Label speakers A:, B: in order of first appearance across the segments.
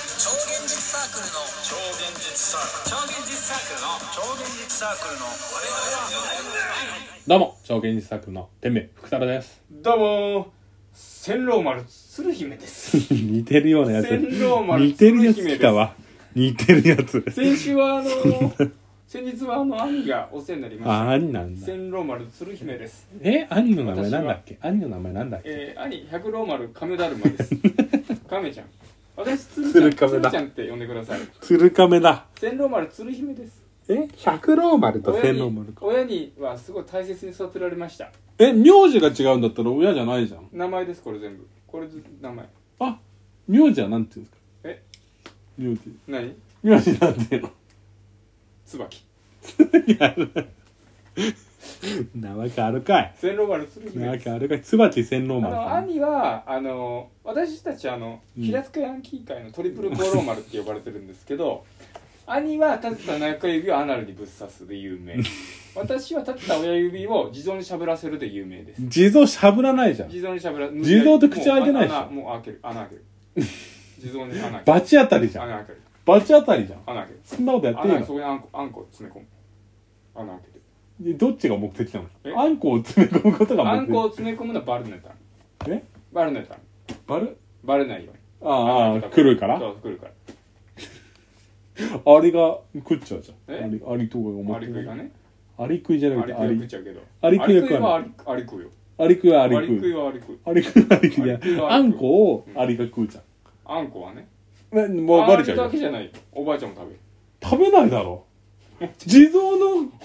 A: 現実サークルの
B: 超現実サークル
A: 超現実サークルの
B: 超現実サークルの
C: どうも超現実作の天命福太郎です
D: どうもー千郎丸鶴姫です
C: 似てるようなやつ
D: 千郎丸
C: 似てるやつ来たわ似てるやつ
D: 先週はあの ー、先日はあの兄がお世話になりま
C: あ兄なん
D: した
C: だ
D: 千郎丸鶴姫です
C: え兄の名前なんだっけ兄の名前なんだっけ
D: えー、兄百郎丸亀だるまです 亀ちゃん私鶴
C: 鶴
D: ちゃん
C: 亀だ
D: 鶴ちゃんって呼んでください
C: 鶴亀だ
D: 千郎丸鶴姫です
C: え百郎丸と
D: 親
C: 千郎丸
D: に
C: か
D: 親にはすごい大切に育てられました
C: え名字が違うんだったら親じゃないじゃん
D: 名前ですこれ全部これず名前
C: あ名字はなんていうんですか
D: え
C: 名字
D: 何
C: 名字なんていう の
D: 椿
C: なわけあるかい
D: 千郎丸鶴姫
C: なわ
D: です
C: けあるかい椿千郎
D: あ
C: 丸
D: の
C: さん
D: 兄はあの私たちあの
C: うん
D: 平塚ヤンキー界のトリプル五郎丸って呼ばれてるんですけど兄は立てた中指をアナルにぶっ刺すで有 名私は立てた親指を自動にしゃぶらせるで有名です
C: 地蔵しゃぶらないじゃん
D: 自動にしゃぶら
C: 自動と口開いてないでしょ
D: もうもう開ける穴開ける自動に穴開ける
C: 罰当たりじゃん
D: 穴開ける
C: 罰当たりじゃん
D: 穴開ける
C: そんなことやっていい
D: 穴開け
C: の
D: るそこにあんこあんこ詰め込む穴開けて
C: でどっちが目的な
D: え
C: のあんこを詰め込むことが
D: あ
C: 目
D: ん
C: 的
D: こを詰め込むのはバルネタ
C: え
D: バルネタ
C: バル
D: バレないように
C: ああああ来るから
D: そう来るから
C: あれが食っちゃうじゃん
D: え
C: あれありとかが思っ
D: ア
C: て
D: リクイが
C: る
D: ね
C: あり食いじゃな
D: ア
C: くて
D: リ
C: あ
D: クイ食っ
C: り
D: ちゃうけど
C: アリクイは
D: アリクイはアリアリクイよ
C: あり食いは
D: ア
C: あり
D: リク
C: 食
D: イ
C: う
D: はアリ
C: あり
D: クイ
C: 食いはあり食うい
D: アリ食い
C: や
D: は
C: あ
D: アリ食うん
C: こをありが食うじゃん
D: あんこはね
C: なもうバレちゃう
D: あんこだけ
C: じ
D: じ
C: ゃ
D: ゃ
C: ん
D: ないよおばあちゃんも食
C: 食べないだ ろ地蔵の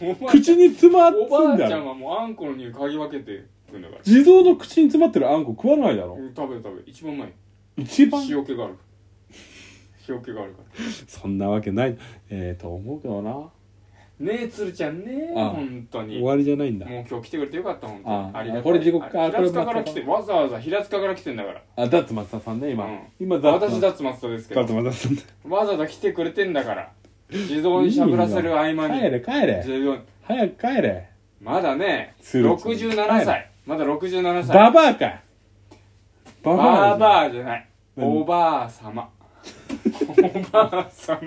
D: べるおばあちゃ
C: 口に詰まっ
D: んおば
C: つん
D: あち
C: だ
D: ゃん
C: ろ
D: はもうあんこの匂い嗅ぎ分けてくんだから
C: 地蔵の口に詰まってるあんこ食わないだろ
D: うん食べる食べる一番うまい
C: 一番
D: 塩気がある塩気があるから
C: そんなわけないええと思うけどな
D: ねえ鶴ちゃんね
C: あ
D: 本当に
C: 終
D: もう
C: わりじゃないんだ
D: 今日来てくれてよかった本当に
C: あ
D: ありがとう
C: これ地獄か
D: あ平
C: これ
D: 塚から来てわざわざ平塚から来てんだから
C: あダッツ松田さんね今
D: うん
C: 今ダ
D: 私
C: ッ
D: 脱松田です
C: ツ
D: けど
C: 松田さん
D: わざわざ来てくれてんだから自動にしゃぶらせる合間
C: 帰
D: に
C: れ帰れ
D: 自動に
C: 早く帰れ
D: まだね、
C: 鶴ちゃん
D: 67歳。まだ67歳。
C: ババアかバ
D: バー
C: ア
D: バーじゃない。
C: 何
D: おばあ様。おばあ様。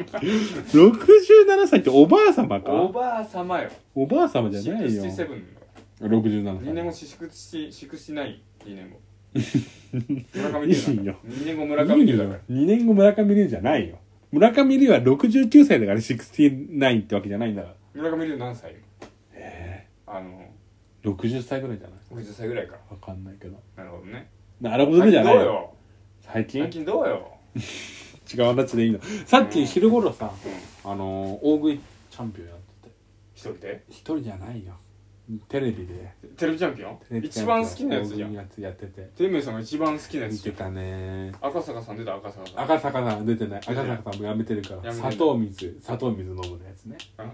C: 67歳っておばあ様
D: お
C: か
D: ばあ様よ。
C: おばあ様じゃないよ
D: 67。2
C: 67
D: 年
C: 歳
D: 後、69、2 年後。村上龍
C: いい
D: だ
C: よ
D: から。2年後、村上龍だから。
C: 2年後村上龍じゃないよ村上龍は69歳だから69ってわけじゃないんだから
D: 村上龍何歳今あの、
C: 60歳ぐらいじゃない
D: 50歳ぐらいか。
C: わかんないけど
D: なるほどね。
C: なるほど
D: 最
C: ねじ
D: 近
C: ゃない
D: どう
C: よ
D: よ
C: 最近
D: 最近どうよ
C: 違う話でいいのさっき昼頃さ
D: うん
C: あのー大食いチャンピオンやってて
D: 一人で
C: 一人じゃないよテレビで
D: テレビチャンピオン
C: テレビチャ
D: 一
C: ンピオン
D: 番好きなやつじゃ
C: 大食い
D: ん。
C: やつやってて
D: てめえさんが一番好きなやつ
C: 見
D: じ
C: て
D: ゃん。
C: たね
D: 赤坂さん出た赤坂さん
C: 赤坂さん出てない
D: て
C: 赤
D: ない
C: 坂さんもやめてるから
D: やめてる
C: 砂糖水砂糖水飲むのやつね
D: うんうん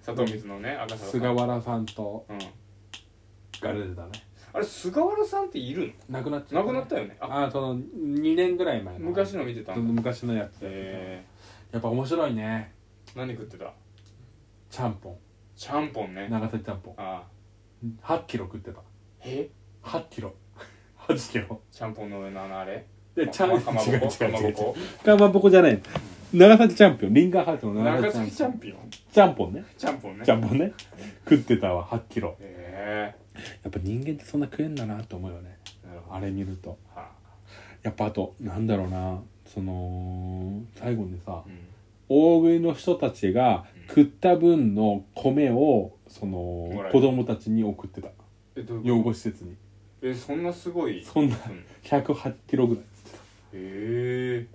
D: 砂糖水のね赤坂さん
C: 菅原さんと
D: うん
C: が出てたね
D: あれ菅原さんっている
C: 亡くなっちゃ
D: の
C: っ
D: 亡
C: た
D: くなったよねあ
C: ああその2年ぐらい前の
D: 昔の見てた
C: その昔のやつ
D: え
C: やっぱ面白いね
D: ー、何食ってた
C: ちゃんぽん
D: ちゃんぽんね
C: 長崎ちゃんぽん
D: あ
C: 8キロ食ってた
D: え
C: 8キロ8キロ
D: ちゃんぽんの上のあのあれ
C: でちゃん
D: まかまぼ
C: 違う違
D: こか
C: う
D: ま
C: 違
D: ぼ
C: う
D: こ
C: かまぼこじゃない長崎チャンピオンリンガーハートの長
D: 長
C: 崎
D: 崎
C: チ
D: チ
C: ャ
D: ャ
C: ンピ
D: ンピオン
C: オンちゃんぽんね
D: ちゃんぽんね
C: ちゃんぽんね食ってたわ8キロ
D: え
C: やっぱ人間ってそんな食えんだなって思うよね
D: ー、なるほど
C: あれ見ると
D: は
C: やっぱあとなんだろうなその最後にさ
D: あうん
C: 大食いの人たちが
D: うん
C: 食った分の米をその
D: らえる
C: 子供たちに送ってた
D: えどういうこ
C: 養護施設に
D: とえそんなすごい
C: そんな
D: うん
C: 108キロぐらい
D: え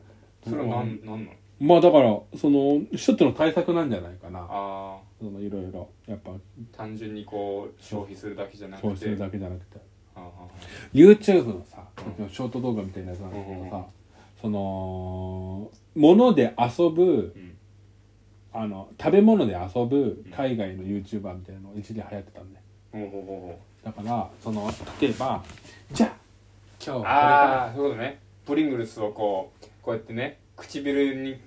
D: えー、それはなんなんなの
C: まあだからその一つの対策なんじゃないかな
D: ああ
C: そのいろいろやっぱ
D: 単純にこう消費するだけじゃなくて
C: そうするだけじゃなくて
D: ああ
C: YouTube のさ、
D: う
C: ショート動画みたいなやつなんだけどさ、
D: うんうん
C: そのもので遊ぶ
D: うん
C: あの食べ物で遊ぶ海外の YouTuber みたいなの一時流行ってたんで
D: ほうほうほうほう
C: だからその例えばじゃあ今日は
D: ああそういうことねプリングルスをこうこうやってね唇に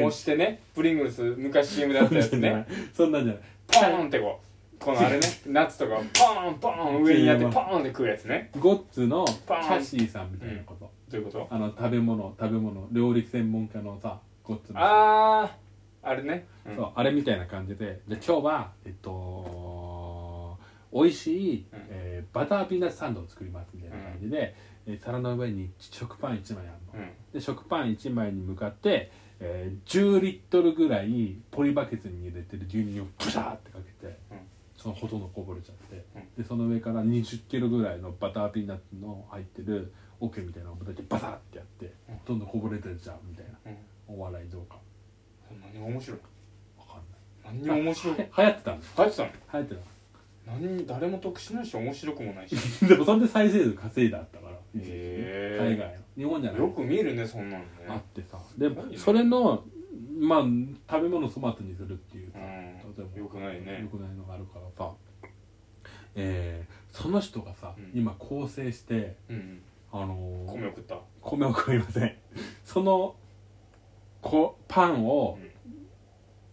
D: 模してねプリングルス昔 CM だっ
C: こ
D: た
C: れ
D: や
C: から
D: つね
C: そんなんじゃない
D: ポーンってこうこのあれねナッツとかをポーンポーン上にやってポーンって食うやつね
C: ゴッツのキ
D: パン
C: ャシーさんみたいなこと、
D: どういうこと
C: あの食べ物食べ物料理専門家のさ骨の
D: あーあれね、うん
C: そうあれみたいな感じでで今日はえっと美味しい、
D: うん
C: えーバターピーナッツサンドを作りますみたいな感じで、えー皿の上に食パン1枚あるの、
D: うん
C: で食パン1枚に向かって、えー10リットルぐらいポリバケツに入れてる牛乳をブシャーってかけて、
D: うん
C: そのほとんどこぼれちゃって、
D: う
C: でその上から2 0キロぐらいのバターピーナッツの入ってるオケみたいなのをだけバターってやって、
D: うん
C: どんどんこぼれてるじゃんみたいな
D: うん、
C: お笑い動画
D: 何にも面白い
C: わかんな
D: 何にも面白い
C: い流行ってたんです
D: 入ってたの
C: 流行ってた
D: 何に誰も得しないし面白くもないし
C: でもそんで再生数稼いだったから、
D: へー
C: 海外の日本じゃない
D: よく見るねそんなのね
C: あってさでも
D: いいね
C: それのまあ食べ物粗末にするっていうさ、
D: う
C: とて
D: ん
C: も
D: よくないね
C: よくないのがあるからさえー、その人がさ、
D: うん
C: 今更生して
D: うん
C: あのー
D: 米を食った
C: 米を食いませんそのこパンを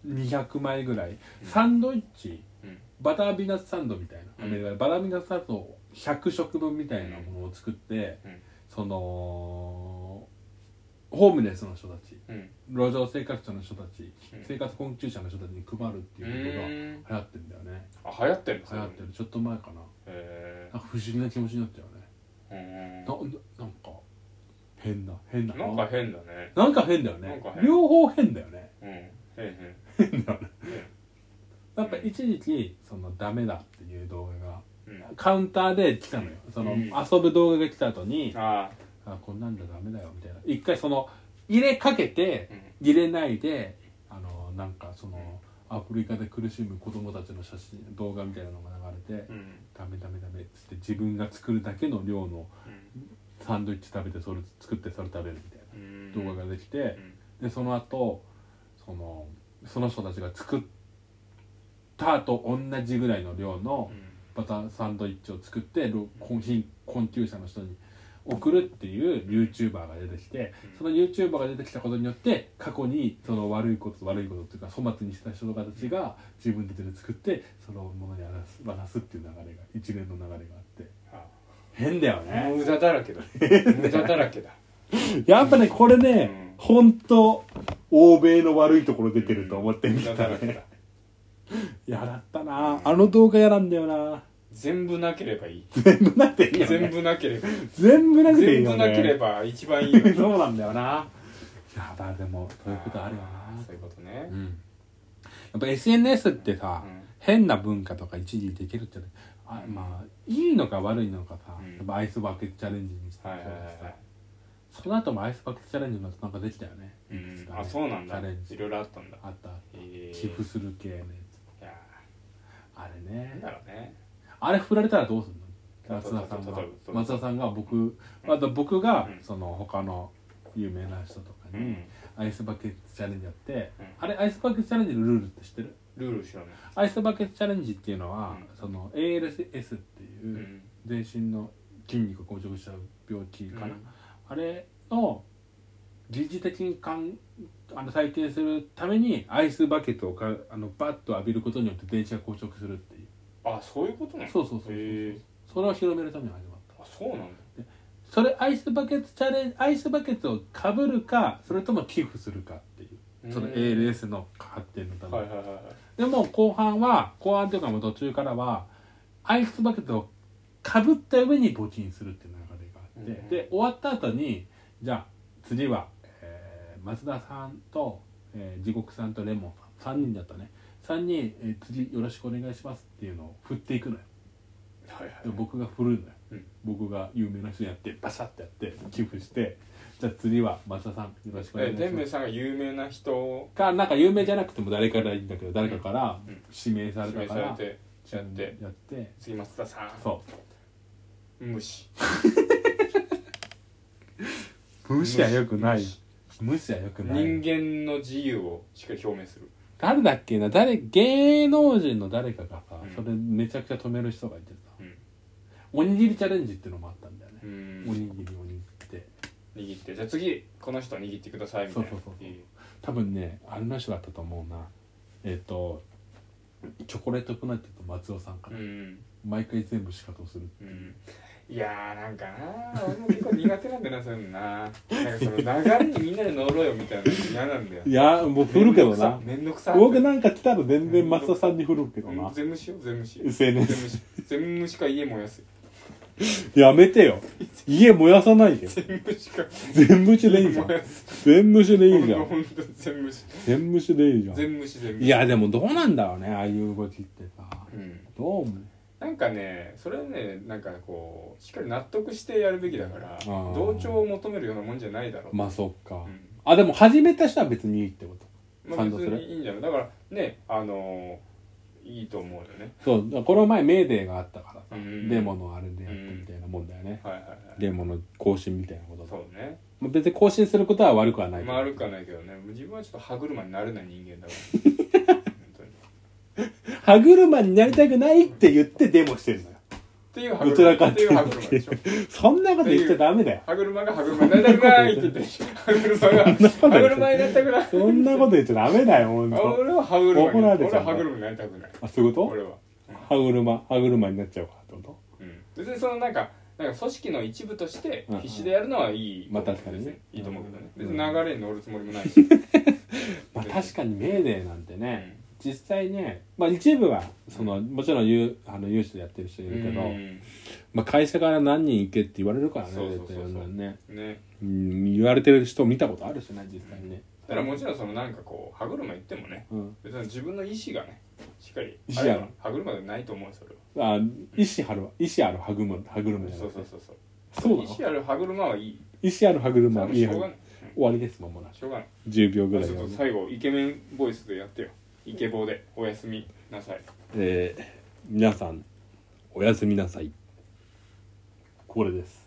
C: 200枚ぐらい、
D: うん
C: サンドイッチ
D: うん
C: バターピーナッツサンドみたいな、
D: うん
C: アメリカでバターピーナッツサンド100食分みたいなものを作って、
D: うん
C: そのホームレスの人たち
D: うん
C: 路上生活者の人たち、
D: うん
C: 生活困窮者の人たちに配るって
D: う
C: いう
D: ーん
C: ことが流行ってんだよね
D: あ流行ってる
C: 流行って
D: へ
C: るちょっと前かな
D: え
C: なんか不思議な気持ちになっちゃうね
D: うん
C: なななんか変な変な
D: なんか変だね
C: なんか変だよ
D: な
C: ね
D: んか変
C: 両方変だよね
D: うんへえへ
C: 変だよねやっぱ
D: うん
C: 一時期そのダメだっていう動画が
D: えうん
C: カウンターで来たのよその
D: うん
C: 遊ぶ動画が来た後に
D: ああ
C: あこんなんじゃダメだよみたいな一回その入れかけて
D: うん
C: 入れないであのなんかそのアフリカで苦しむ子供たちの写真動画みたいなのが流れて
D: うん
C: ダメダメダメっつって自分が作るだけの量の
D: うん
C: サンドイッチ食べてそれ作ってそれ食べるみたいな
D: うん
C: 動画ができて、
D: うん
C: でその後そのその人たちが作ったと同じぐらいの量の
D: うん
C: バターサンドイッチを作ってろ困貧困窮者の人に送るっていう YouTuber が出てきて
D: うん
C: その YouTuber が出てきたことによって過去にその悪いこと悪いことっていうか粗末にした人たちが自分たちで作ってそのものに渡す渡すっていう流れが一連の流れがあって
D: あ
C: 変だよ
D: あ
C: ね
D: 無駄だらけだ無駄だらけだ
C: やっぱねこれね
D: うん
C: 本当欧米の悪いところ出てると思って見
D: 無駄
C: た
D: だら
C: ね
D: けだ
C: やだったなあの動画やなんだよな
D: 全部なければいい
C: 全部なくていいよ、
D: 全
C: ね、
D: 部なければいい
C: 全部なくていい
D: 全
C: よ、
D: 部
C: ね、
D: なければ一番いいよ
C: そうなんだよないやだでもそういうことあるよな
D: そういうことね
C: うんやっぱ SNS ってさ、
D: うん
C: 変な文化とか一時できるってあまあいいのか悪いのかさ、
D: うん
C: やっぱアイスバケツチャレンジにして
D: はいはいはいはい
C: その後もアイスバケツチャレンジのなんかできたよね、
D: う
C: いくつ
D: ん
C: かね
D: あそうなんだ
C: チャレン
D: い
C: ジ
D: ろいろあったんだ
C: あった
D: へえ
C: 寄付する系のやつ
D: いや
C: あれ
D: ーなん
C: ね
D: だろうね
C: あれ振られたらどうするの
D: た
C: 松田さん
D: たた
C: が
D: たた
C: 松田さんが僕あと僕が
D: うん
C: その他の有名な人とか
D: う
C: に
D: ん
C: アイスバケツチャレンジやって
D: うん
C: あれアイスバケツチャレンジのルールって知ってる
D: ルール知らない
C: アイスバケツチャレンジっていうのは
D: うん
C: その ALS って
D: う
C: いうん全身の筋肉が硬直しちゃう病気か
D: う
C: なんあれの疑似的にかんあの体験するためにアイスバケツをかあのバッと浴びることによって電池が硬直するっていう
D: あそういうことなの
C: そうそうそうそう
D: へえ
C: それを広めるために始まった
D: あそうなんだ
C: それアイスバケツチャレンアイスバケツをかぶるかそれとも寄付するかっていうその
D: うん
C: ALS の発展のため、
D: はいはいはいはい
C: でも後半は後半というかもう途中からはアイスバケツをかぶった上に募金するっていう流れがあって、
D: うん
C: で終わった後にじゃあ次は、えー松田さんと、えー地獄さんとレモンさん3人だったね3人、えー次よろしくお願いしますっていうのを振っていくのよ
D: はいはい
C: で僕が振るのよ、
D: うん
C: 僕が有名な人やってバシャってやって寄付してじゃあ次は松田さんよろしくお願
D: え
C: いし
D: 天
C: ま
D: 明
C: す
D: さんが有名な人を
C: かなんか有名じゃなくても誰からいいんだけど誰かから
D: うん
C: 指名され
D: 指
C: た
D: 名
C: か
D: され
C: ら
D: てやって
C: やって
D: 次松田さん
C: そ
D: 無視
C: う無視はよくない無視はよくない
D: 人間の自由をしっかり表明する
C: 誰だっけな誰芸能人の誰かがさ、
D: うん
C: それめちゃくちゃ止める人がいてさ、
D: うん
C: おにぎりチャレンジっていうのもあったんだよね、
D: う
C: お
D: ん
C: にぎりおにぎりって
D: 握ってじゃあ次この人握ってくださいみたいな
C: そうそうそうそう
D: いい
C: 多分ねあれの人だったと思うなえっ、とチョコレートプラネットと松尾さんか
D: う
C: な、
D: ん
C: 毎回全部仕方をする
D: うんいやーなんかな俺も結構苦手なんだよなそういうのななんかその流れにみんなで乗ろうよみたいなの嫌なんだよ
C: いやもう振るけどな
D: めんどくさ
C: 僕なんか来たら全然増田さんに振るけど
D: う
C: なん
D: 全無視よ全無視
C: SNS
D: 全無視全無視か家燃やす
C: やめてよ家燃やさ ないで
D: 全無視か
C: 全無視でいいじゃん
D: 燃やす
C: 全無視でいいじゃ
D: ほん
C: ん
D: とほんと全無視
C: 全無視でいいじゃん
D: 全無視全無視
C: いやでもどうなんだろうねああいう動きってさ
D: うん
C: どう思う
D: なんかねそれはねなんかこうしっかり納得してやるべきだから
C: ー
D: 同調を求めるようなもんじゃないだろう、
C: まあそっか、
D: うん
C: あでも始めた人は別にいいってこと
D: まあ、
C: 賛
D: 別
C: 同する
D: にいいんじゃないだからねあのーいいと思うよね、
C: そうだからこの前メーデーがあったからさ、
D: うん
C: デモのあれでやったみたいなもんだよね、
D: はいはいはい
C: デモの更新みたいなことさ
D: そうね
C: まあ別に更新することは悪くはないけど
D: まあ悪くはないけどね自分はちょっと歯車になれない人間だ から本当にっ
C: 歯車になりたくないって言ってデモしてるのよ
D: ていう歯
C: どちらか
D: 車
C: っ
D: ってて
C: い
D: いうう
C: と
D: 歯車でしょ
C: そんなこと言っちゃダメだよ
D: 歯車が歯車になりたくないって言ってるでしょ歯車が
C: ことない
D: 歯車になりたくない
C: そんなこと言っちゃダメだよほん
D: あ
C: と
D: 俺は歯車
C: 怒
D: に
C: られちゃう
D: 俺は歯車になりたくない
C: あそういうこと
D: 俺は
C: 歯車歯車になっちゃうからってこ
D: うん別にそのなんかなんか組織の一部として
C: うん
D: 必死でやるのはいい、
C: まあ確かにね
D: 別いいと思うけどね、
C: うん
D: 別に流れに乗るつもりもないし、うん
C: とまあ確かにメーデーなんてね、実際ね、まあ、一部はそのもちろん有あの有志でやってる人いるけど、
D: うん
C: まあ、会社から何人行けって言われるからね
D: そうそうそうそう
C: 絶対そんなんね
D: ね
C: うん言われてる人見たことあるしね実際ね、
D: だからもちろんそのなんかこう歯車言ってもね
C: うん、
D: 別に自分の意思がねしっかり
C: 意思ある
D: あれは歯車でないと思うよそれは
C: あ意思あるわ意思ある歯車歯車じゃな
D: そう
C: くて
D: そうそうそう
C: そうなの
D: 意思ある歯車はいい
C: 意思ある歯車
D: そ
C: は
D: れはい
C: い
D: し
C: 歯
D: ょうが
C: 車
D: ない
C: 終わりですもんもな
D: しょうがない
C: 10秒ぐらい
D: ち
C: で
D: ょっと最後イケメンボイスでやってよイケボーでおやすみなさい
C: えー皆さんおやすみなさいこれです